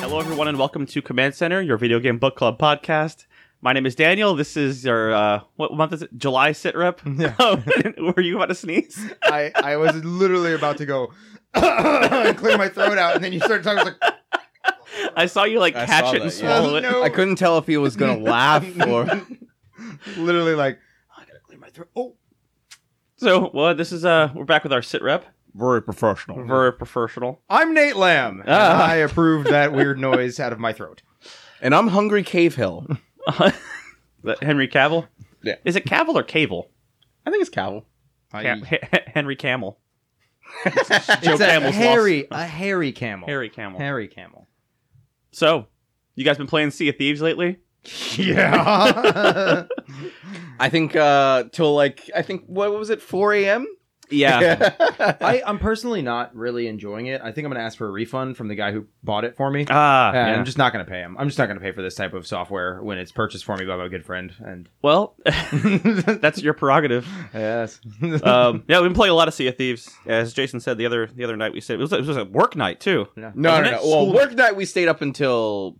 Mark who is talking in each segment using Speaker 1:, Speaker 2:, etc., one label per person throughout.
Speaker 1: Hello, everyone, and welcome to Command Center, your video game book club podcast. My name is Daniel. This is your uh, what month is it? July sit rep.
Speaker 2: Yeah.
Speaker 1: Were you about to sneeze?
Speaker 2: I, I was literally about to go and clear my throat out, and then you started talking. I was like,
Speaker 1: I saw you like
Speaker 3: I
Speaker 1: catch
Speaker 3: saw
Speaker 1: it and
Speaker 3: that, yeah.
Speaker 1: swallow it.
Speaker 2: No.
Speaker 3: I couldn't tell if he was gonna laugh or
Speaker 2: literally, like
Speaker 1: I gotta clear my throat. Oh. So, well, this is uh, we're back with our sit rep.
Speaker 3: very professional.
Speaker 1: Very professional.
Speaker 2: I'm Nate Lamb. and
Speaker 1: Ah.
Speaker 2: I approved that weird noise out of my throat.
Speaker 3: And I'm hungry cave hill.
Speaker 1: That Henry Cavill.
Speaker 3: Yeah.
Speaker 1: Is it Cavill or Cable?
Speaker 3: I think it's Cavill.
Speaker 2: I,
Speaker 1: Cam- H- Henry Camel.
Speaker 2: it's a
Speaker 1: Camel's
Speaker 2: hairy, a hairy camel.
Speaker 1: Harry Camel.
Speaker 2: Hairy camel.
Speaker 1: So, you guys been playing Sea of Thieves lately?
Speaker 2: Yeah.
Speaker 3: I think uh till like I think what was it, four AM?
Speaker 4: I, I'm personally not really enjoying it. I think I'm going to ask for a refund from the guy who bought it for me.
Speaker 1: Ah.
Speaker 4: Uh,
Speaker 1: yeah.
Speaker 4: I'm just not going to pay him. I'm just not going to pay for this type of software when it's purchased for me by my good friend. And
Speaker 1: Well, that's your prerogative.
Speaker 4: yes,
Speaker 1: Um, yeah, we've been playing a lot of Sea of Thieves. As Jason said the other the other night, we said it was, it was a work night too.
Speaker 3: no, no, no.
Speaker 1: School-
Speaker 3: Well, work night we stayed up until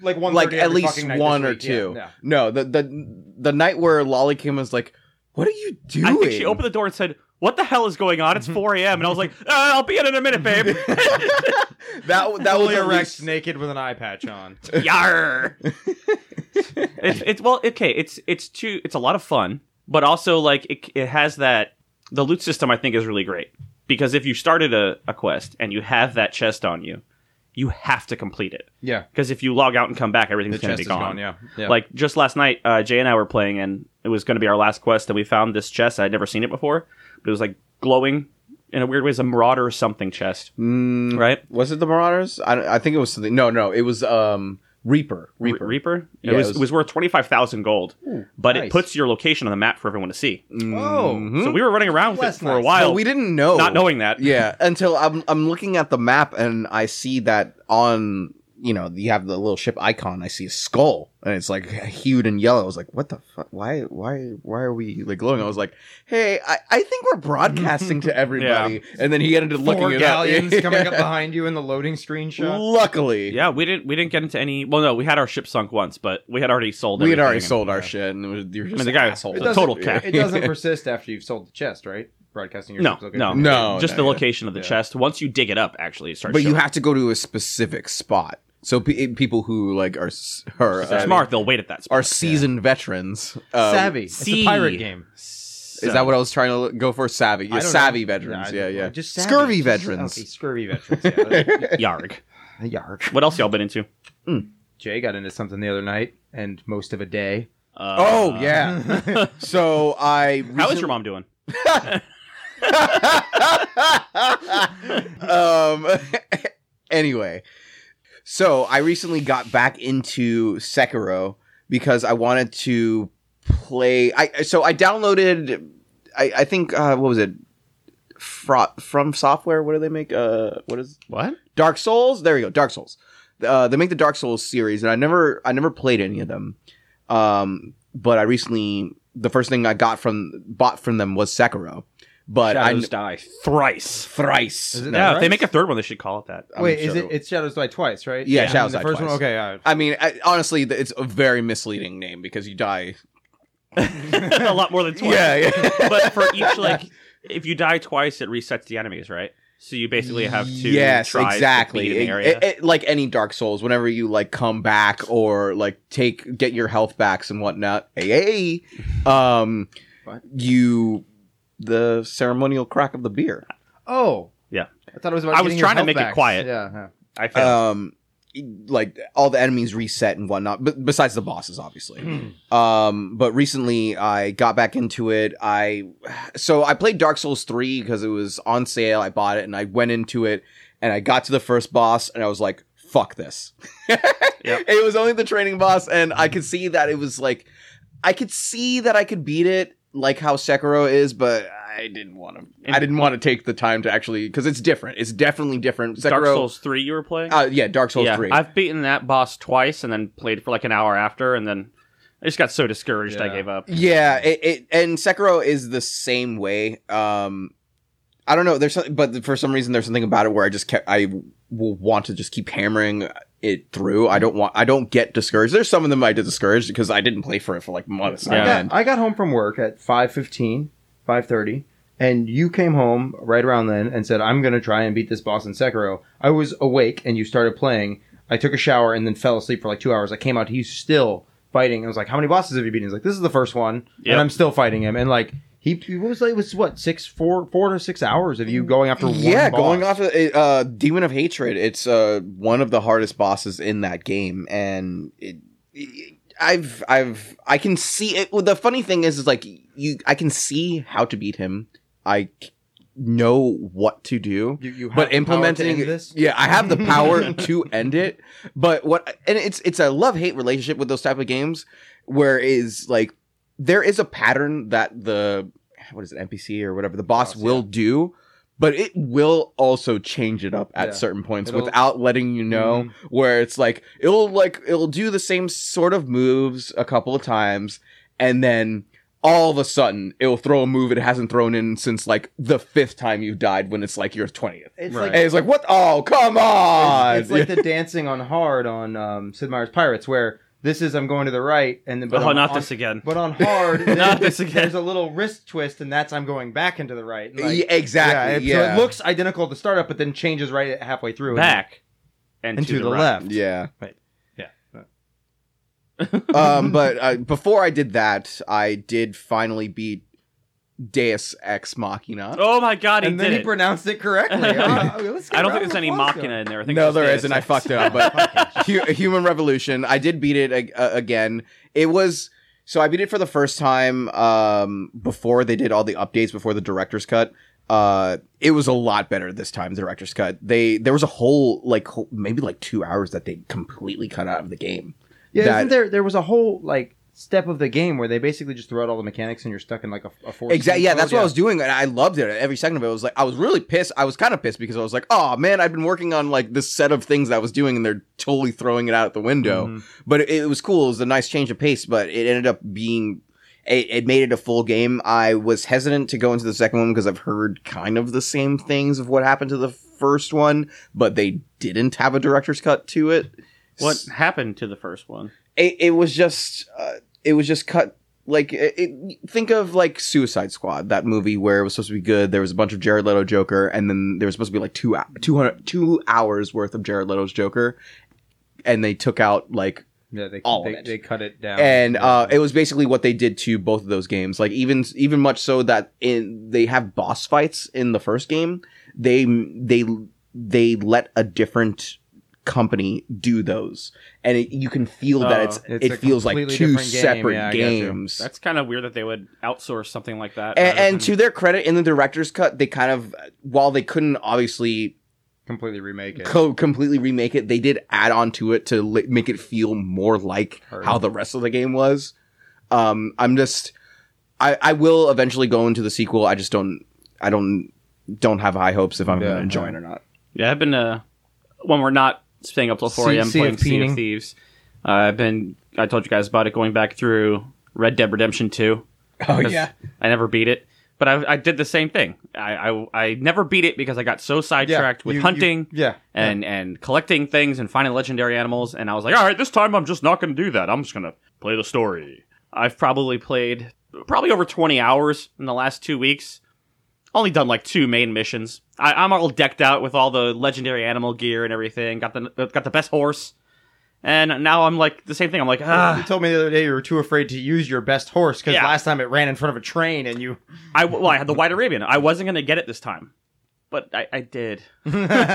Speaker 2: like one,
Speaker 3: like at least one or two.
Speaker 4: yeah.
Speaker 3: No, the the the night where Lolly came was like, "What are you doing?"
Speaker 1: I think she opened the door and said, "What the hell is going on? It's 4 a.m." And I was like, uh, "I'll be in in a minute, babe."
Speaker 3: that that was
Speaker 4: fully
Speaker 3: at
Speaker 4: erect,
Speaker 3: least-
Speaker 4: naked with an eye patch on.
Speaker 1: Yar. it's, it's well, okay. It's it's too. It's a lot of fun, but also like it, it has that the loot system. I think is really great because if you started a, a quest and you have that chest on you, you have to complete it.
Speaker 4: Yeah,
Speaker 1: Because if you log out and come back, everything's
Speaker 4: the
Speaker 1: going to
Speaker 4: chest
Speaker 1: be
Speaker 4: is gone.
Speaker 1: gone.
Speaker 4: Yeah, yeah.
Speaker 1: Like just last night, uh, Jay and I were playing, and it was going to be our last quest, and we found this chest. I'd never seen it before, but it was like glowing in a weird way. It's a Marauder or something chest,
Speaker 3: Mm,
Speaker 1: right?
Speaker 3: was it the Marauders? I, I think it was something. No, no, it was um Reaper.
Speaker 1: Re-
Speaker 3: Reaper.
Speaker 1: Reaper.
Speaker 3: Yeah,
Speaker 1: it, was,
Speaker 3: it
Speaker 1: it
Speaker 3: was-
Speaker 1: was worth twenty five thousand gold, but it
Speaker 4: nice.
Speaker 1: puts your location on the map for everyone to see.
Speaker 2: Oh.
Speaker 3: Mhm.
Speaker 1: So we were running around with it
Speaker 2: That's
Speaker 1: for a
Speaker 2: nice.
Speaker 1: while,
Speaker 3: But we didn't know.
Speaker 1: not knowing that.
Speaker 3: Yeah, until I'm I'm looking at the map and I see that on you know you have the little ship icon. I see a skull and it's like hued in yellow. I was like, what the fuck? Why why why are we like glowing? I was like, hey, I, I think we're broadcasting to everybody. And then he ended up looking
Speaker 4: four
Speaker 3: it
Speaker 4: galleons
Speaker 3: up.
Speaker 4: coming up behind you in the loading screen shot.
Speaker 3: Luckily,
Speaker 1: Yeah, we didn't we didn't get into any. Well, no, we had our ship sunk once, but we had already sold.
Speaker 3: we had
Speaker 1: everything
Speaker 3: already
Speaker 1: and-
Speaker 3: sold our shit and it was, you're just
Speaker 1: mean, the guy- It
Speaker 3: assholes.
Speaker 4: doesn't-
Speaker 1: total cat.
Speaker 4: It doesn't persist after you've sold the chest, right? Broadcasting your
Speaker 1: No,
Speaker 4: ship's location.
Speaker 1: no,
Speaker 3: No,
Speaker 1: Just
Speaker 3: no,
Speaker 1: the
Speaker 3: yeah.
Speaker 1: location of the chest. Once you dig it up, actually, it starts.
Speaker 3: but you
Speaker 1: showing.
Speaker 3: have to go to a specific spot. So pe- people who like are s- are uh,
Speaker 1: smart. They'll wait at that spot.
Speaker 3: are seasoned veterans. um,
Speaker 4: savvy. It's
Speaker 1: C.
Speaker 4: a pirate game.
Speaker 3: Is that what I was trying to look- go for? Savvy, yeah,
Speaker 4: I don't
Speaker 3: savvy
Speaker 4: know.
Speaker 3: veterans.
Speaker 4: I-
Speaker 3: Yeah, yeah.
Speaker 4: Just savvy.
Speaker 3: scurvy
Speaker 4: Just-
Speaker 3: veterans.
Speaker 4: Okay, scurvy veterans. Yeah.
Speaker 1: Yarg.
Speaker 4: Yark.
Speaker 1: What else y'all been into?
Speaker 4: Jay got into something the other night and most of a day.
Speaker 1: Uh,
Speaker 3: oh yeah. so I. Recently,
Speaker 1: How is your mom doing?
Speaker 3: um. anyway, so I recently got back into Sekiro because I wanted to play. I so I downloaded. I, I think uh, what was it? Fro- from software. What do they make? Uh, what is
Speaker 1: What?
Speaker 3: Dark Souls. There we go. Dark Souls. Uh, they make the Dark Souls series, and I never, I never played any of them. Um, but I recently, the first thing I got from bought from them was Sekiro. But I
Speaker 1: die thrice.
Speaker 3: thrice.
Speaker 4: Is it
Speaker 1: Yeah, if they
Speaker 4: Thrice?
Speaker 1: make a third one, they should call it that.
Speaker 3: I'm
Speaker 4: Wait,
Speaker 3: sure
Speaker 4: is
Speaker 3: they
Speaker 4: it?
Speaker 3: will.
Speaker 4: It's Shadows Die twice, right?
Speaker 3: Yeah,
Speaker 4: I mean,
Speaker 3: Shadows
Speaker 4: the
Speaker 3: Die
Speaker 4: first
Speaker 3: twice.
Speaker 4: one. Okay, all right.
Speaker 3: I mean, I, honestly, th- it's a very misleading name because you die.
Speaker 1: a lot more than twice.
Speaker 3: yeah.
Speaker 1: but for each like, if you die twice, it resets the enemies, right? So you basically have to
Speaker 3: yes,
Speaker 1: tries
Speaker 3: exactly.
Speaker 1: to beat an
Speaker 3: It-
Speaker 1: area.
Speaker 3: it- it- like any Dark Souls, whenever you like come back or like take get your health backs and whatnot, hey, hey, um,
Speaker 4: What?
Speaker 3: you the ceremonial crack of the beer.
Speaker 4: Oh,
Speaker 1: Yeah.
Speaker 4: I thought it was about.
Speaker 1: I was
Speaker 4: getting your
Speaker 1: trying to
Speaker 4: health
Speaker 1: make it
Speaker 4: back.
Speaker 1: quiet.
Speaker 4: Yeah. yeah.
Speaker 1: I failed.
Speaker 4: uh,
Speaker 3: Um, like all the enemies reset and whatnot, but besides the bosses,
Speaker 1: Mm-hmm.
Speaker 3: obviously. um, but recently I got back into it. I so I played Dark Souls three because it was on sale. I bought it and I went into it and I got to the first boss and I was like, "Fuck this."
Speaker 1: Yep.
Speaker 3: It was only the training boss, and I could see that it was like I could see that I could beat it like how Sekiro is, but I didn't want to. I didn't want to take the time to actually because it's different. It's definitely different. Sekiro,
Speaker 1: Dark Souls three you were
Speaker 4: Oh,
Speaker 1: playing?
Speaker 3: Uh, yeah, Dark Souls
Speaker 1: yeah,
Speaker 3: three.
Speaker 1: I've beaten that boss twice and then played for like an hour after, and then I just got so discouraged I
Speaker 4: Yeah.
Speaker 1: gave up.
Speaker 3: Yeah, it, it and Sekiro is the same way. Um I don't know, there's something but for some reason there's something about it where I just kept I will want to just keep hammering it through. I don't want I don't get discouraged. There's some of them I did discouraged because I didn't play for it for like months. on
Speaker 1: Yeah.
Speaker 4: I,
Speaker 3: end.
Speaker 4: got, I got home from work at 5.15, 5.30, and you came home right around then and said, I'm going to try and beat this boss in Sekiro. I was awake and you started playing. I took a shower and then fell asleep for like two hours. I came out, he's still fighting. I was like, how many bosses have you beaten? He's like, this is the first one,
Speaker 1: Yep.
Speaker 4: and I'm still fighting him. And like, he, he what was like, it was what, six, four, four to six hours of you going after one
Speaker 3: yeah,
Speaker 4: boss.
Speaker 3: going off of it, uh, Demon of Hatred, it's uh, one of the hardest bosses in that game, and it, it- I've I've I can see it. Well, the funny thing is, is like you, I can see how to beat him. I c- know what to do.
Speaker 4: You, you have the power
Speaker 3: But
Speaker 4: to
Speaker 3: implementing
Speaker 4: end this?
Speaker 3: yeah, I have the power to end it. But what, and it's it's a love hate relationship with those type of games, where is like there is a pattern that the what is it NPC or whatever the boss,
Speaker 4: Boss, yeah.
Speaker 3: will do, but it will also change it up at
Speaker 4: Yeah.
Speaker 3: certain points
Speaker 4: It'll- Mm-hmm.
Speaker 3: without letting you know.
Speaker 4: Mm.
Speaker 3: Where it's like it'll like it'll do the same sort of moves a couple of times, and then. All of a sudden, it'll throw a move it hasn't thrown in since like the fifth time you've died when it's like your 20th.
Speaker 4: It's
Speaker 1: Right.
Speaker 4: like
Speaker 3: And it's like, what? Oh, come on!
Speaker 4: It's, it's like the dancing on hard on um, Sid Meier's Pirates, where this is I'm going to the right, and then but
Speaker 1: oh,
Speaker 4: on,
Speaker 1: not
Speaker 4: on-
Speaker 1: this again.
Speaker 4: But on hard,
Speaker 1: Not
Speaker 4: there's,
Speaker 1: this again.
Speaker 4: there's a little wrist twist, and that's I'm going back into the right. Like,
Speaker 3: Yeah, exactly.
Speaker 4: it- so
Speaker 3: Yeah,
Speaker 4: it looks identical at the startup, but then changes right halfway through. and-
Speaker 1: Back and,
Speaker 4: and to, the,
Speaker 1: right.
Speaker 4: left.
Speaker 3: yeah.
Speaker 4: Yeah.
Speaker 3: Um, but uh, before I did that, I did finally beat Deus Ex Machina.
Speaker 1: Oh my god, he
Speaker 4: And
Speaker 1: did
Speaker 4: then he
Speaker 1: it.
Speaker 4: pronounced it correctly. Uh, let's get
Speaker 1: I don't
Speaker 4: Rob
Speaker 1: think there's
Speaker 4: the
Speaker 1: any
Speaker 4: fuck
Speaker 1: machina
Speaker 4: going.
Speaker 1: in there. I think
Speaker 3: No,
Speaker 1: it's
Speaker 3: there
Speaker 1: just
Speaker 3: isn't.
Speaker 1: this.
Speaker 3: I fucked up. But Hu- Human Revolution, I did beat it a- a- again. It was so I beat it for the first time um, before they did all the updates before the director's cut. Uh, it was a lot better this time. The director's cut. They there was a whole like whole, maybe like two hours that they completely cut out of the game.
Speaker 4: Yeah,
Speaker 3: That-
Speaker 4: isn't there? There was a whole like step of the game where they basically just threw out all the mechanics, and you're stuck in like a, a four.
Speaker 3: Exactly. Yeah, that's what I was doing, and I loved it. Every second of it I was like, I was really pissed. I was kind of pissed because I was like, oh man, I've been working on like this set of things that I was doing, and they're totally throwing it out the window.
Speaker 4: Mm-hmm.
Speaker 3: But it, it was cool. It was a nice change of pace. But it ended up being, it, it made it a full game. I was hesitant to go into the second one because I've heard kind of the same things of what happened to the first one, but they didn't have a director's cut to it
Speaker 1: What happened to the first one?
Speaker 3: it, it was just uh, it was just cut like it, it, think of like Suicide Squad that movie where it was supposed to be good there was a bunch of Jared Leto Joker and then there was supposed to be like two hou- 200 two hours worth of Jared Leto's Joker and they took out like
Speaker 4: Yeah, they,
Speaker 3: All of
Speaker 4: they,
Speaker 3: it.
Speaker 4: they cut it down,
Speaker 3: and uh, it was basically what they did to both of those games. Like even even much so that in they have boss fights in the first game, they they they let a different company do those, and it, you can feel that
Speaker 1: Oh,
Speaker 3: it's,
Speaker 4: it's a
Speaker 3: it feels like
Speaker 4: completely
Speaker 3: two
Speaker 4: different game.
Speaker 3: separate
Speaker 4: Yeah, I get you.
Speaker 3: games.
Speaker 1: That's kind of weird that they would outsource something like that.
Speaker 3: and,
Speaker 1: rather
Speaker 3: and
Speaker 1: than-
Speaker 3: to their credit, in the director's cut, they kind of while they couldn't obviously
Speaker 4: completely remake it.
Speaker 3: co- completely remake it. They did add on to it to li- make it feel more like
Speaker 4: Heard.
Speaker 3: how the rest of the game was. Um, I'm just, I, I will eventually go into the sequel. I just don't, I don't, don't have high hopes if I'm
Speaker 4: Yeah,
Speaker 3: going to enjoy
Speaker 4: yeah.
Speaker 3: it or not.
Speaker 1: Yeah, I've been uh when we're not staying up till four
Speaker 4: Sea-
Speaker 1: a.m.
Speaker 4: Sea
Speaker 1: playing
Speaker 4: of
Speaker 1: Sea
Speaker 4: Peening.
Speaker 1: of Thieves. Uh, I've been. I told you guys about it going back through Red Dead Redemption Two.
Speaker 3: Oh
Speaker 1: 'cause I never beat it, but I, I did the same thing. I, I I never beat it because I got so sidetracked with
Speaker 4: you- you-
Speaker 1: hunting
Speaker 4: yeah,
Speaker 1: and and collecting things and finding legendary animals. And I was like, all right, this time I'm just not going to do that. I'm just going to play the story. I've probably played probably over 20 hours in the last two weeks. Only done like two main missions. I, I'm all decked out with all the legendary animal gear and everything. Got the uh, got the best horse, and now I'm like the same thing. I'm like,
Speaker 4: you
Speaker 1: ah,
Speaker 4: told me the other day you were too afraid to use your best horse because
Speaker 1: Yeah.
Speaker 4: last time it ran in front of a train and you.
Speaker 1: I well, I had the White Arabian. I wasn't gonna get it this time, but I, I did.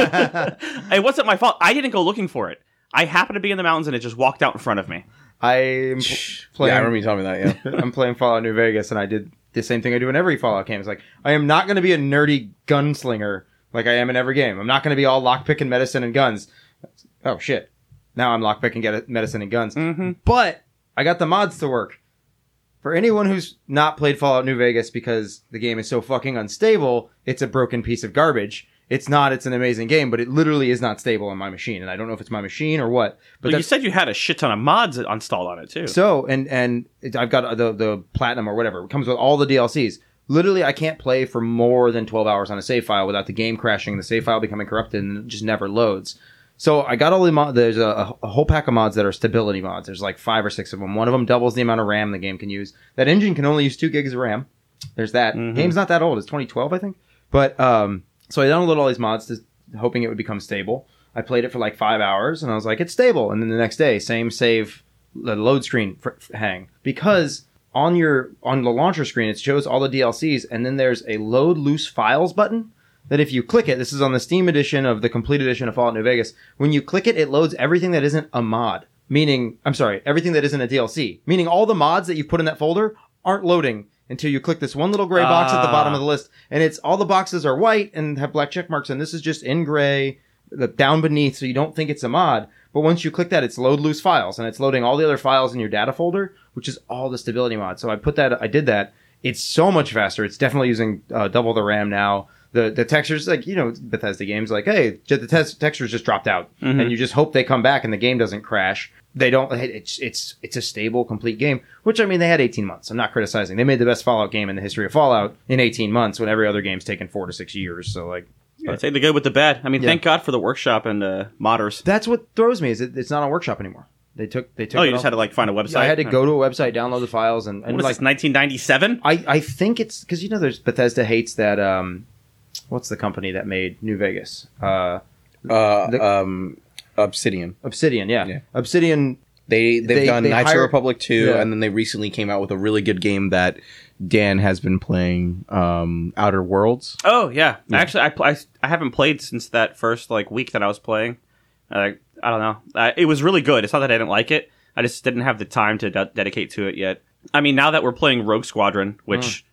Speaker 1: it wasn't my fault. I didn't go looking for it. I happened to be in the mountains and it just walked out in front of me.
Speaker 4: I'm pl-
Speaker 3: Yeah, I
Speaker 4: playing.
Speaker 3: remember you telling me that. Yeah.
Speaker 4: I'm playing Fallout New Vegas, and I did the same thing I do in every Fallout game. It's like I am not going to be a nerdy gunslinger like I am in every game. I'm not going to be all lockpick and medicine and guns. Oh shit! Now I'm lockpick and get medicine and guns.
Speaker 1: Mm-hmm.
Speaker 4: But I got the mods to work. For anyone who's not played Fallout New Vegas because the game is so fucking unstable, it's a broken piece of garbage. It's not. It's an amazing game, but it literally is not stable on my machine, and I don't know if it's my machine or what. But
Speaker 1: But you
Speaker 4: that's
Speaker 1: said you had a shit ton of mods installed on it too.
Speaker 4: so and and it, I've got the the platinum or whatever. It comes with all the DLCs. Literally, I can't play for more than twelve hours on a save file without the game crashing, and the save file becoming corrupted, and it just never loads. So I got all the mod. There's a, a whole pack of mods that are stability mods. There's like five or six of them. One of them doubles the amount of RAM the game can use. That engine can only use two gigs of RAM. There's that.
Speaker 1: Mhm.
Speaker 4: Game's not that old. It's 2012, I think. But um, so I downloaded all these mods, to, hoping it would become stable. I played it for like five hours, and I was like, it's stable. And then the next day, same save the load screen fr- f- hang because on your on the launcher screen it shows all the DLCs and then there's a load loose files button that if you click it this is on the Steam edition of the complete edition of Fallout New Vegas when you click it it loads everything that isn't a mod meaning I'm sorry everything that isn't a DLC meaning all the mods that you've put in that folder aren't loading until you click this one little gray box at the
Speaker 1: Ah.
Speaker 4: bottom of the list and it's all the boxes are white and have black check marks and this is just in gray the down beneath so you don't think it's a mod but once you click that it's load loose files and it's loading all the other files in your data folder which is all the stability mod so i put that i did that it's so much faster it's definitely using uh, double the ram now the the textures like you know bethesda games like hey j- the tes- textures just dropped out
Speaker 1: Mhm.
Speaker 4: and you just hope they come back and the game doesn't crash they don't it's it's it's a stable complete game which i mean they had 18 months i'm not criticizing they made the best fallout game in the history of fallout in 18 months when every other game's taken four to six years so like
Speaker 1: Yeah, take the good with the bad. I mean,
Speaker 4: Yeah.
Speaker 1: thank God for the workshop and uh, modders.
Speaker 4: That's what throws me is it, it's not on workshop anymore. They took they took.
Speaker 1: Oh,
Speaker 4: it
Speaker 1: you just
Speaker 4: off.
Speaker 1: had to like find a website.
Speaker 4: I had to go to a website, download the files, and,
Speaker 1: What
Speaker 4: and
Speaker 1: is
Speaker 4: like
Speaker 1: this? 1997.
Speaker 4: I I think it's because you know there's Bethesda hates that um, what's the company that made New Vegas? Uh,
Speaker 3: Uh,
Speaker 4: The-
Speaker 3: um, Obsidian.
Speaker 4: Obsidian, yeah.
Speaker 3: Yeah.
Speaker 4: Obsidian.
Speaker 3: They they've
Speaker 4: They-
Speaker 3: done
Speaker 4: they
Speaker 3: Knights of
Speaker 4: hire-
Speaker 3: the Republic two,
Speaker 4: Yeah.
Speaker 3: and then they recently came out with a really good game that Dan has been playing, um, Outer Worlds.
Speaker 1: Oh yeah. actually, I, pl- I I haven't played since that first like week that I was playing. Uh, I don't know. Uh, it was really good. It's not that I didn't like it. I just didn't have the time to de- dedicate to it yet. I mean, now that we're playing Rogue Squadron, which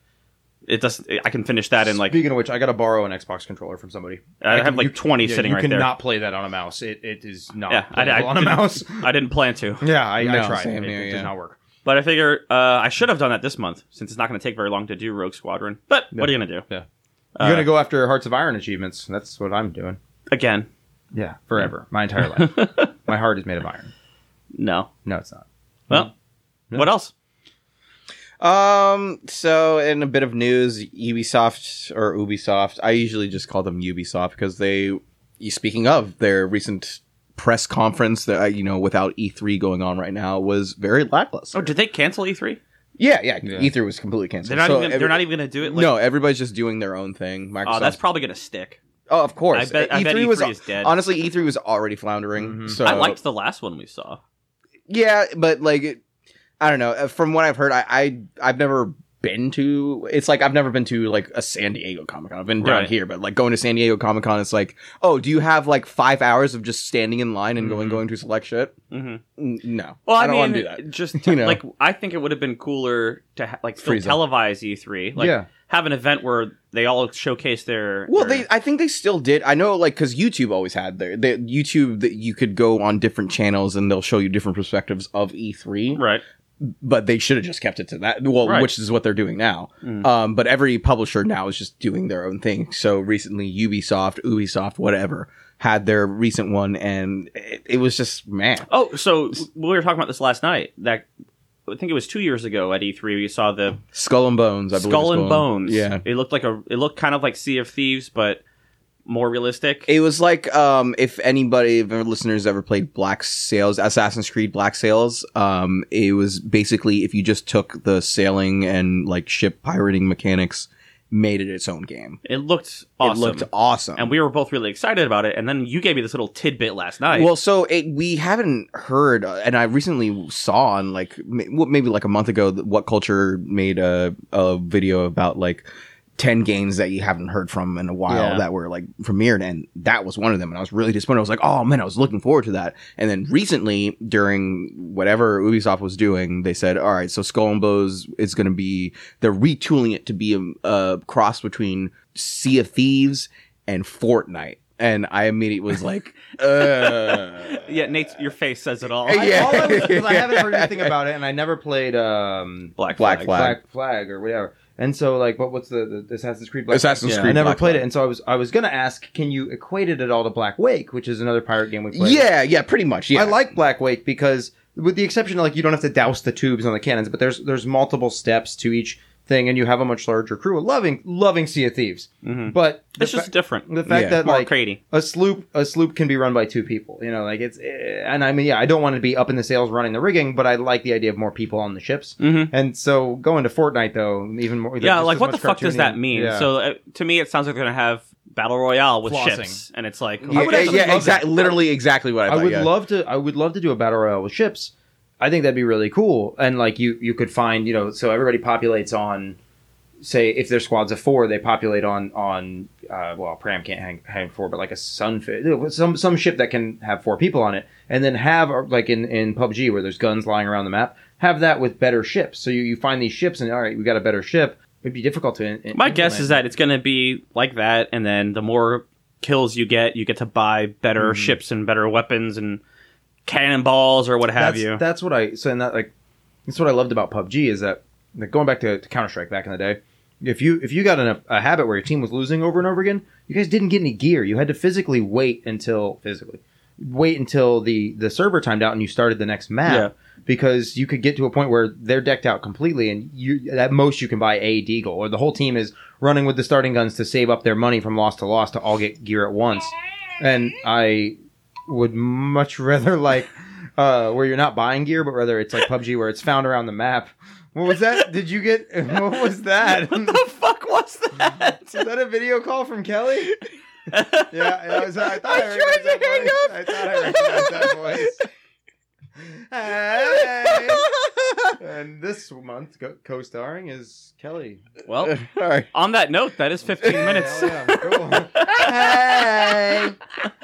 Speaker 1: it doesn't, I can finish that in like
Speaker 4: Speaking of which, I gotta borrow an Xbox controller from somebody.
Speaker 1: I have
Speaker 4: can-
Speaker 1: like
Speaker 4: you-
Speaker 1: 20
Speaker 4: yeah,
Speaker 1: sitting
Speaker 4: you
Speaker 1: right there.
Speaker 4: cannot play that on a mouse. It it is not
Speaker 1: Yeah, I- I
Speaker 4: playable on a
Speaker 1: didn't-
Speaker 4: mouse.
Speaker 1: I didn't plan to,
Speaker 4: Yeah, I, I
Speaker 3: No,
Speaker 4: tried.
Speaker 3: same
Speaker 4: It,
Speaker 3: here,
Speaker 4: it does
Speaker 3: yeah.
Speaker 4: not work.
Speaker 1: but I figure uh, I should have done that this month since it's not going to take very long to do Rogue Squadron. But what are you going to do?
Speaker 4: Yeah.
Speaker 1: Uh,
Speaker 4: You're gonna go after Hearts of Iron achievements. That's what I'm doing.
Speaker 1: again.
Speaker 4: Yeah, forever, my entire life. my heart is made of iron.
Speaker 1: No.
Speaker 4: No, it's not.
Speaker 1: Well, what else?
Speaker 3: Um, so in a bit of news, Ubisoft or Ubisoft, I usually just call them Ubisoft because they, speaking of their recent press conference that uh, you know without E3 going on right now was very lackluster.
Speaker 1: Oh, did they cancel E3?
Speaker 3: yeah, yeah,
Speaker 4: Yeah.
Speaker 3: E3 was completely canceled.
Speaker 1: They're not
Speaker 3: So
Speaker 1: even.
Speaker 3: every-
Speaker 1: they're not even going to do it. Like,
Speaker 3: no, everybody's just doing their own thing. Microsoft.
Speaker 1: Oh, that's probably going to stick.
Speaker 3: oh, of
Speaker 1: I
Speaker 3: course.
Speaker 1: bet. I bet E3
Speaker 3: was
Speaker 1: is dead. Mm-hmm.
Speaker 3: honestly E3 was already floundering.
Speaker 4: Mhm.
Speaker 3: So
Speaker 1: I liked the last one we saw.
Speaker 3: Yeah, but like, it- I don't know. Uh, From what I've heard, I, I I've never been to. It's like I've never been to like a San Diego Comic Con. I've been down
Speaker 1: Right.
Speaker 3: here, but like going to San Diego Comic Con, it's like, oh, do you have like five hours of just standing in line and going going to select shit?
Speaker 1: Mm-hmm.
Speaker 3: N- No,
Speaker 1: Well, I,
Speaker 3: don't
Speaker 1: mean,
Speaker 3: want to do that.
Speaker 1: just
Speaker 3: You know.
Speaker 1: like I think it would have been cooler to ha- like still
Speaker 3: Frieza.
Speaker 1: televise E3, like
Speaker 4: Yeah.
Speaker 1: have an event where they all showcase their.
Speaker 3: Well,
Speaker 1: their-
Speaker 3: they I think they still did. I know, like, because YouTube always had their the YouTube that you could go on different channels and they'll show you different perspectives of E E3.
Speaker 1: right.
Speaker 3: but they should have just kept it to that. Well,
Speaker 1: Right.
Speaker 3: which is what they're doing now.
Speaker 1: Mm.
Speaker 3: Um, but every publisher now is just doing their own thing. So recently, Ubisoft, Ubisoft, whatever, had their recent one, and it, it was just man.
Speaker 1: Oh, so w- we were talking about this last night. That I think it was two years ago at E3. We saw the
Speaker 3: Skull and Bones, I believe.
Speaker 1: Skull and Bones.
Speaker 3: Yeah.
Speaker 1: it looked like a. It looked kind of like Sea of Thieves, but more realistic.
Speaker 3: It was like um, if anybody, if our listeners ever played Black Sails, Assassin's Creed Black Sails, um, it was basically if you just took the sailing and like ship pirating mechanics, made it its own game.
Speaker 1: It looked awesome.
Speaker 3: It looked awesome.
Speaker 1: and we were both really excited about it. And then you gave me this little tidbit last night.
Speaker 3: Well, so it, we haven't heard, uh, and I recently saw on like ma- what- maybe like a month ago, that what culture made a, a video about like ten games that you haven't heard from in a while
Speaker 1: Yeah.
Speaker 3: that were like premiered, and that was one of them. And I was really disappointed. I was like, oh man, I was looking forward to that. And then recently, during whatever Ubisoft was doing, they said, all right, so Skull and Bones is going to be they're retooling it to be a, a cross between Sea of Thieves and Fortnite. and I immediately was like, uh,
Speaker 1: Yeah, Nate's your face says it all.
Speaker 3: Hey,
Speaker 4: I,
Speaker 3: Yeah.
Speaker 4: all I, was, 'cause I haven't heard anything about it, and I never played um,
Speaker 1: Black
Speaker 3: Black
Speaker 1: flag.
Speaker 3: Flag.
Speaker 4: Black Flag or whatever. And so, like, but what's the, the Assassin's Creed? Black
Speaker 3: Assassin's
Speaker 1: Yeah.
Speaker 3: Creed.
Speaker 4: I never
Speaker 3: Black
Speaker 4: played
Speaker 3: Flag.
Speaker 4: it, and so I was I was gonna ask, can you equate it at all to Black Wake, which is another pirate game we played?
Speaker 3: Yeah, yeah, pretty much. Yeah,
Speaker 4: I like Black Wake because, with the exception of like you don't have to douse the tubes on the cannons, but there's there's multiple steps to each thing, and you have a much larger crew. Loving loving Sea of Thieves,
Speaker 1: Mhm.
Speaker 4: but the
Speaker 1: It's just
Speaker 4: fa-
Speaker 1: different.
Speaker 4: the fact
Speaker 3: Yeah.
Speaker 4: that
Speaker 1: More
Speaker 4: like
Speaker 1: arcadey.
Speaker 4: a sloop a sloop can be run by two people. You know, like it's eh, and I mean yeah, I don't want to be up in the sails running the rigging, but I like the idea of more people on the ships.
Speaker 1: Mhm.
Speaker 4: And so going to Fortnite though, even more
Speaker 1: Yeah,
Speaker 4: just
Speaker 1: like
Speaker 4: as
Speaker 1: what the
Speaker 4: much
Speaker 1: fuck does
Speaker 4: cartoony
Speaker 1: that
Speaker 4: and-
Speaker 1: mean?
Speaker 4: yeah.
Speaker 1: So uh, to me, it sounds like they're gonna have battle royale with
Speaker 2: Flossing.
Speaker 1: ships, and it's like
Speaker 3: Yeah,
Speaker 1: I would actually
Speaker 3: yeah,
Speaker 1: love
Speaker 3: exactly. Literally, exactly what I
Speaker 4: I
Speaker 3: thought.
Speaker 4: would
Speaker 3: yeah.
Speaker 4: love to. I would love to do a battle royale with ships. I think that'd be really cool. And like you, you could find you know. So everybody populates on, say, if their squads of four, they populate on on. Uh, well, Pram can't hang, hang four, but like a sunfish, some some ship that can have four people on it, and then have or, like in in PUBG where there's guns lying around the map. Have that with better ships. So you you find these ships, and all right, we got a better ship. It'd be difficult to. in- in-
Speaker 1: My guess
Speaker 4: implement.
Speaker 1: is that it's going to be like that, and then the more kills you get, you get to buy better
Speaker 4: Mm-hmm.
Speaker 1: ships and better weapons and cannonballs or what have
Speaker 4: that's,
Speaker 1: you.
Speaker 4: That's what I so and that like that's what I loved about PUBG is that like going back to, to Counter Strike back in the day, if you if you got in a, a habit where your team was losing over and over again, you guys didn't get any gear. You had to physically wait until physically wait until the the server timed out and you started the next map because you could get to a point where they're decked out completely and you at most you can buy a deagle or the whole team is running with the starting guns to save up their money from loss to loss to all get gear at once and i would much rather like uh where you're not buying gear but rather it's like pubg where it's found around the map what was that did you get what was that
Speaker 1: what the fuck was that?
Speaker 4: is that a video call from kelly
Speaker 2: Yeah, yeah, I, was, I thought I,
Speaker 1: I
Speaker 2: recognized
Speaker 1: tried to hang
Speaker 2: that
Speaker 1: up.
Speaker 2: voice. I thought I recognized that voice. Hey.
Speaker 4: and this month co- co-starring is kelly
Speaker 1: well,
Speaker 3: All right.
Speaker 1: on that note, that is 15 minutes.
Speaker 4: Hell yeah, cool.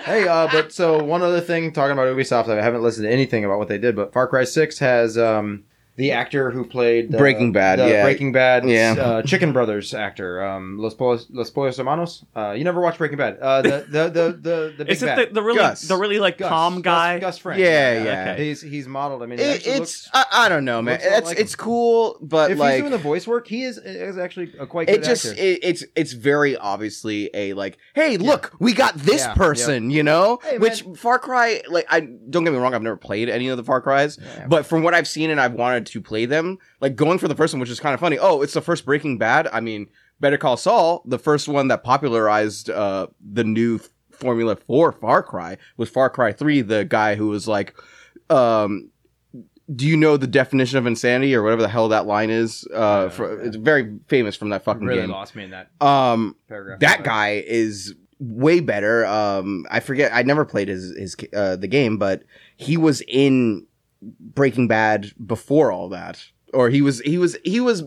Speaker 4: hey, hey, uh, but so one other thing talking about Ubisoft, I haven't listened to anything about what they did, but Far Cry Six has um, the actor who played uh,
Speaker 3: Breaking Bad,
Speaker 4: the
Speaker 3: yeah.
Speaker 4: Breaking Bad,
Speaker 3: Yeah.
Speaker 4: uh, Chicken Brothers actor, um, Los Pollos, Los Pollos Hermanos. Uh, you never watched Breaking Bad? Uh, the the the the, the big
Speaker 1: Is it
Speaker 4: bad.
Speaker 1: the, the really
Speaker 3: Gus.
Speaker 1: the really like
Speaker 4: Gus,
Speaker 1: calm
Speaker 4: Gus-
Speaker 1: guy?
Speaker 4: Gus, Fring.
Speaker 3: Yeah, yeah.
Speaker 1: Okay.
Speaker 4: He's he's modeled. I mean,
Speaker 3: It,
Speaker 4: actually
Speaker 3: it's
Speaker 4: looks-
Speaker 3: I, I don't know, man.
Speaker 4: looks a lot
Speaker 3: It's
Speaker 4: like
Speaker 3: it's cool, but
Speaker 4: if
Speaker 3: like
Speaker 4: he's doing the voice work, he is is actually a quite.
Speaker 3: it
Speaker 4: good
Speaker 3: just
Speaker 4: actor.
Speaker 3: it, it's it's very obviously a like hey look we got this
Speaker 4: Yeah, yeah.
Speaker 3: person you know
Speaker 4: Hey,
Speaker 3: which far cry like i don't get me wrong i've never played any of the far cries
Speaker 4: Yeah.
Speaker 3: but from what i've seen and i've wanted to play them like going for the first one which is kind of funny oh it's the first breaking bad i mean better call saul the first one that popularized uh the new f- formula for far cry was far cry 3 the guy who was like um do you know the definition of insanity or whatever the hell that line is? Uh,
Speaker 4: don't
Speaker 3: for,
Speaker 4: know.
Speaker 3: it's very famous from that fucking
Speaker 4: really
Speaker 3: game.
Speaker 4: lost me in that
Speaker 3: Um,
Speaker 4: paragraph.
Speaker 3: that guy is way better. Um, I forget. I never played his his uh, the game, but he was in Breaking Bad before all that, or he was he was he was.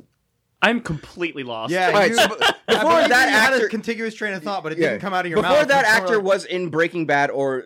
Speaker 1: I'm completely lost.
Speaker 2: Yeah,
Speaker 3: All right,
Speaker 2: you-
Speaker 3: so b-
Speaker 2: I
Speaker 3: before
Speaker 2: believe
Speaker 3: that
Speaker 2: you had
Speaker 3: actor.
Speaker 2: a contiguous train of thought, but it
Speaker 3: Yeah.
Speaker 2: didn't come out of your mouth.
Speaker 3: Before that
Speaker 2: It's sort
Speaker 3: actor
Speaker 2: of
Speaker 3: was in Breaking Bad or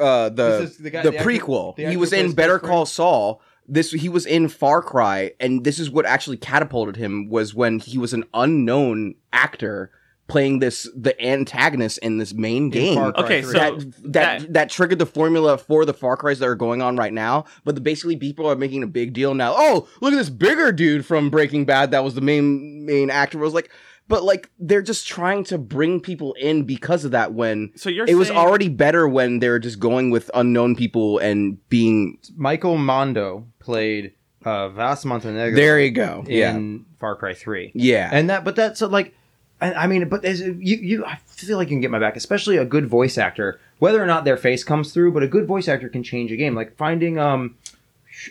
Speaker 3: uh, the
Speaker 4: This is the guy-
Speaker 3: the,
Speaker 4: the actor-
Speaker 3: prequel.
Speaker 4: the
Speaker 3: he
Speaker 4: actor
Speaker 3: was
Speaker 4: who
Speaker 3: in
Speaker 4: plays
Speaker 3: Better
Speaker 4: Chris
Speaker 3: Call Saul. This he was in Far Cry, and this is what actually catapulted him was when he was an unknown actor playing this the antagonist in this main game.
Speaker 4: Far Cry
Speaker 1: Okay,
Speaker 4: three.
Speaker 1: so
Speaker 3: that, that that triggered the formula for the Far Cries that are going on right now. But the, basically, people are making a big deal now. Oh, look at this bigger dude from Breaking Bad that was the main main actor. I was like, but like they're just trying to bring people in because of that. When
Speaker 1: So you're
Speaker 3: it was
Speaker 1: saying-
Speaker 3: already better when they were just going with unknown people and being
Speaker 4: Michael Mondo played uh, Vas Montenegro
Speaker 3: there. You go. Yeah,
Speaker 4: in Far Cry Three,
Speaker 3: yeah.
Speaker 4: and that. But that's so like, I, I mean, but there's, you, you, I feel like you can get my back, especially a good voice actor, whether or not their face comes through. But a good voice actor can change a game. Like finding um,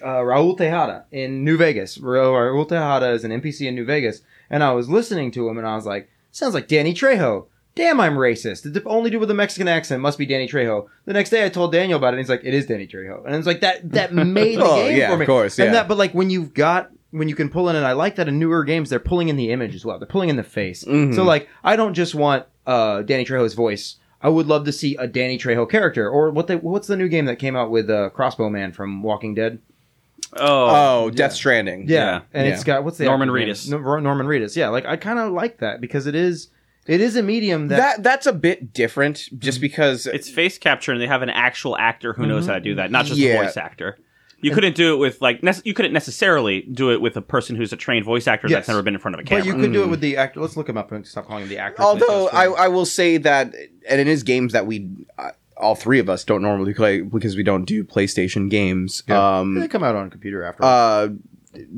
Speaker 4: uh, Raul Tejada in New Vegas. Ra- Raul Tejada is an NPC in New Vegas, and I was listening to him, and I was like, sounds like Danny Trejo. Damn, I'm racist. The only dude with a Mexican accent must be Danny Trejo. The next day, I told Daniel about it, and he's like, "It is Danny Trejo." And it's like that that made the
Speaker 3: Oh,
Speaker 4: game
Speaker 3: yeah,
Speaker 4: for me.
Speaker 3: of course, yeah.
Speaker 4: And that, but like when you've got when you can pull in, and I like that in newer games they're pulling in the image as well. They're pulling in the face.
Speaker 3: Mhm.
Speaker 4: So like, I don't just want uh, Danny Trejo's voice. I would love to see a Danny Trejo character, or what they what's the new game that came out with uh, Crossbow Man from Walking Dead? Uh,
Speaker 1: Oh,
Speaker 3: oh, Death Stranding.
Speaker 4: Yeah,
Speaker 1: Yeah.
Speaker 4: and
Speaker 3: Yeah.
Speaker 4: it's got what's the
Speaker 1: Norman
Speaker 4: actor's
Speaker 1: Reedus.
Speaker 4: name? No, Ro- Norman Reedus. Yeah, like I kind of like that because it is It is a medium that,
Speaker 3: that that's a bit different, just because
Speaker 1: It's face capture, and they have an actual actor who knows how to do that, not just
Speaker 3: Yeah.
Speaker 1: a voice actor. You couldn't do it with like nec- you couldn't necessarily do it with a person who's a trained voice actor
Speaker 4: Yes.
Speaker 1: that's never been in front of a camera.
Speaker 4: but you could do it with the actor. Let's look him up and stop calling him the actor.
Speaker 3: although I, I will say that and it is games that we uh, all three of us don't normally play because we don't do PlayStation games.
Speaker 4: Yeah.
Speaker 3: Um,
Speaker 4: they come out on a computer after.
Speaker 3: uh,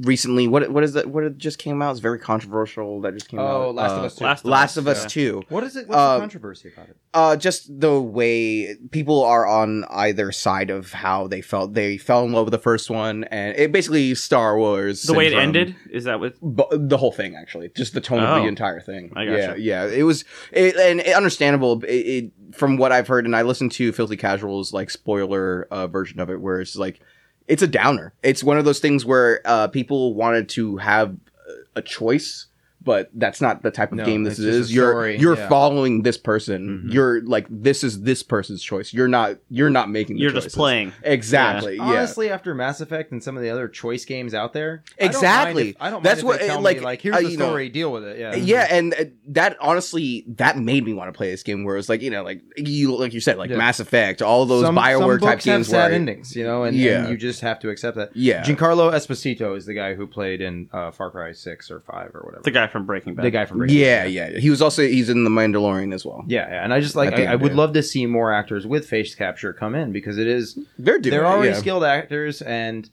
Speaker 3: recently, what what is that? What it just came out? It's very controversial. That just came out.
Speaker 4: oh, Last of
Speaker 3: Uh,
Speaker 4: Us. 2.
Speaker 1: Last of
Speaker 3: Last of Us
Speaker 1: Yeah.
Speaker 3: Two.
Speaker 4: What is it? What's
Speaker 3: Uh,
Speaker 4: the controversy about it?
Speaker 3: Uh, just the way people are on either side of how they felt. They fell in love with the first one, and it basically Star Wars.
Speaker 1: the way it
Speaker 3: syndrome.
Speaker 1: ended is that with
Speaker 3: Bu- the whole thing actually just the tone of
Speaker 1: Oh.
Speaker 3: the entire thing
Speaker 1: I gotcha.
Speaker 3: yeah yeah it was it, and it- understandable it, it, from what i've heard and i listened to filthy casuals like spoiler uh, version of it where it's like it's a downer it's one of those things where uh, people wanted to have uh, a choice but that's not the type of
Speaker 4: No,
Speaker 3: game this
Speaker 4: it's just a
Speaker 3: is you're
Speaker 4: story,
Speaker 3: you're
Speaker 4: yeah.
Speaker 3: following this person
Speaker 1: Mhm.
Speaker 3: you're like this is this person's choice you're not you're not making the
Speaker 1: you're
Speaker 3: choices.
Speaker 1: just playing.
Speaker 3: exactly yeah,
Speaker 4: Honestly, after Mass Effect and some of the other choice games out there,
Speaker 3: Exactly.
Speaker 4: I don't mind if, I don't
Speaker 3: That's
Speaker 4: mind if
Speaker 3: what,
Speaker 4: they tell
Speaker 3: uh, like,
Speaker 4: me, like here's
Speaker 3: uh,
Speaker 4: the
Speaker 3: you know-
Speaker 4: story, deal with it. Yeah,
Speaker 3: yeah and uh, that honestly that made me want to play this game where it's like you know like you like you said like
Speaker 4: Yeah.
Speaker 3: mass effect all those bioware
Speaker 4: books
Speaker 3: type
Speaker 4: have
Speaker 3: games
Speaker 4: sad
Speaker 3: where
Speaker 4: endings, you know, and,
Speaker 3: Yeah.
Speaker 4: and you just have to accept that.
Speaker 3: yeah
Speaker 4: Giancarlo Esposito is the guy who played in uh, Far Cry Six or Five or whatever.
Speaker 1: The guy from Breaking Bad.
Speaker 4: The guy from Breaking
Speaker 3: yeah
Speaker 4: Bad.
Speaker 3: yeah he was also he's in the mandalorian as well
Speaker 4: yeah, yeah. And I just like
Speaker 3: I think
Speaker 4: I, I
Speaker 3: I
Speaker 4: would
Speaker 3: did.
Speaker 4: love to see more actors with face capture come in because it is
Speaker 3: they're doing
Speaker 4: they're
Speaker 3: it,
Speaker 4: already
Speaker 3: yeah.
Speaker 4: skilled actors and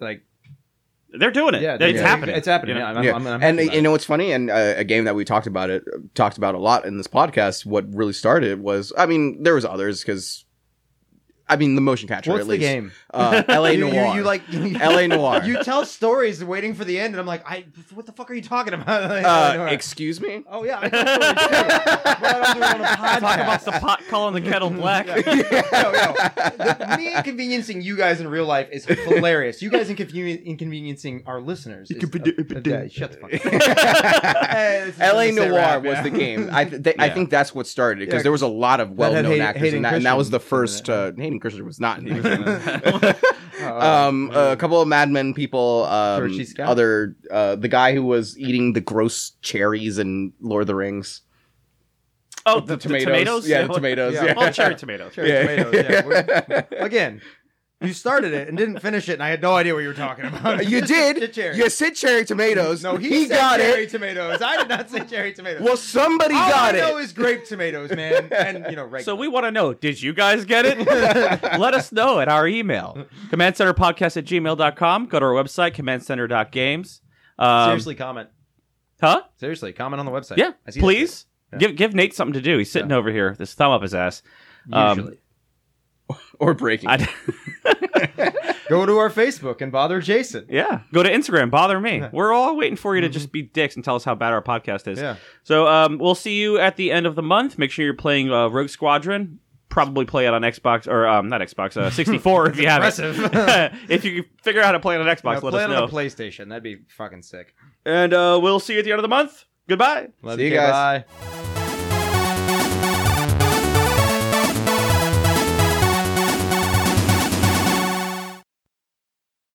Speaker 4: like
Speaker 1: They're doing it.
Speaker 4: yeah,
Speaker 1: Yeah,
Speaker 4: they're-
Speaker 1: it's happening.
Speaker 4: It's happening.
Speaker 1: You know?
Speaker 4: Yeah, I'm,
Speaker 3: Yeah.
Speaker 4: I'm, I'm,
Speaker 3: and
Speaker 4: happy
Speaker 3: uh,
Speaker 4: about
Speaker 3: you
Speaker 4: it.
Speaker 3: know what's funny and uh, a game that we talked about it talked about a lot in this podcast what really started was i mean there was others because i mean the motion capture
Speaker 4: what's
Speaker 3: at
Speaker 4: the
Speaker 3: least
Speaker 4: game?
Speaker 3: Uh, la
Speaker 4: You-
Speaker 3: noir
Speaker 4: you, you, like
Speaker 3: la noir
Speaker 4: You tell stories waiting for the end, and I'm like, I what the fuck are you talking about? Like, I
Speaker 3: uh,
Speaker 4: know.
Speaker 3: excuse me
Speaker 4: oh yeah, I tell stories too. Well, I'm doing it on a
Speaker 1: Talk about
Speaker 4: podcast.
Speaker 1: the pot calling the kettle black.
Speaker 4: No, no. The- me inconveniencing you guys in real life is hilarious. You guys inconveni- inconveniencing our listeners. Is, uh, uh, shut the fuck up. Eh, this is
Speaker 3: LA
Speaker 4: gonna sit
Speaker 3: Noir
Speaker 4: rap,
Speaker 3: was
Speaker 4: yeah.
Speaker 3: the game. I th- they, I
Speaker 1: Yeah.
Speaker 3: think that's what started because
Speaker 4: Yeah.
Speaker 3: there was a lot of well known
Speaker 4: Hayden-
Speaker 3: actors
Speaker 4: Hayden
Speaker 3: in that, and that was the
Speaker 4: Christensen
Speaker 3: first.
Speaker 4: in
Speaker 3: Uh, Hayden Christensen was not. In
Speaker 4: Christensen.
Speaker 3: it.
Speaker 4: Oh,
Speaker 3: um, a couple of Mad Men people. Um,
Speaker 4: Hershey Scott?
Speaker 3: other uh, the guy who was eating the gross cherries in Lord of the Rings.
Speaker 1: Oh, the, the tomatoes.
Speaker 3: Yeah, the tomatoes.
Speaker 4: Yeah.
Speaker 3: Yeah.
Speaker 1: Oh, cherry tomatoes.
Speaker 4: Cherry tomatoes, yeah, we're- Again, you started it and didn't finish it, and I had no idea what you were talking about.
Speaker 3: You
Speaker 4: The
Speaker 3: did.
Speaker 4: cherry.
Speaker 3: You said cherry tomatoes.
Speaker 4: No, he, said
Speaker 3: got
Speaker 4: cherry
Speaker 3: it.
Speaker 4: tomatoes. I did not say cherry tomatoes.
Speaker 3: Well, somebody
Speaker 4: All
Speaker 3: got
Speaker 4: I know
Speaker 3: it.
Speaker 4: is grape tomatoes, man, and you know regular.
Speaker 1: So we want to know, did you guys get it? Let us know at our email. Command Center Podcast at gmail.com. Go to our website, commandcenter.games. Um,
Speaker 4: seriously comment.
Speaker 1: Huh?
Speaker 4: Seriously, comment on the website.
Speaker 1: Yeah.
Speaker 4: I see that
Speaker 1: Please.
Speaker 4: Yeah.
Speaker 1: Give, give Nate something to do. He's sitting over here, with his thumb up his ass.
Speaker 4: shit.
Speaker 1: Um,
Speaker 4: Usually.
Speaker 3: Or breaking.
Speaker 1: I,
Speaker 4: Go to our Facebook and bother Jason.
Speaker 1: yeah. Go to Instagram. Bother me. We're all waiting for you to just be dicks and tell us how bad our podcast is.
Speaker 4: Mm-hmm. Yeah.
Speaker 1: So um, we'll see you at the end of the month. Make sure you're playing uh, Rogue Squadron. Probably play it on Xbox or um, not Xbox, uh, 64 if you have it.
Speaker 4: impressive.
Speaker 1: if you figure out how to play it on Xbox,
Speaker 4: Now,
Speaker 1: let
Speaker 4: play
Speaker 1: us
Speaker 4: it
Speaker 1: know.
Speaker 4: on a PlayStation. That'd be fucking sick.
Speaker 1: and uh, we'll see you at the end of the month. Goodbye.
Speaker 4: Love
Speaker 3: See you guys.
Speaker 4: Bye.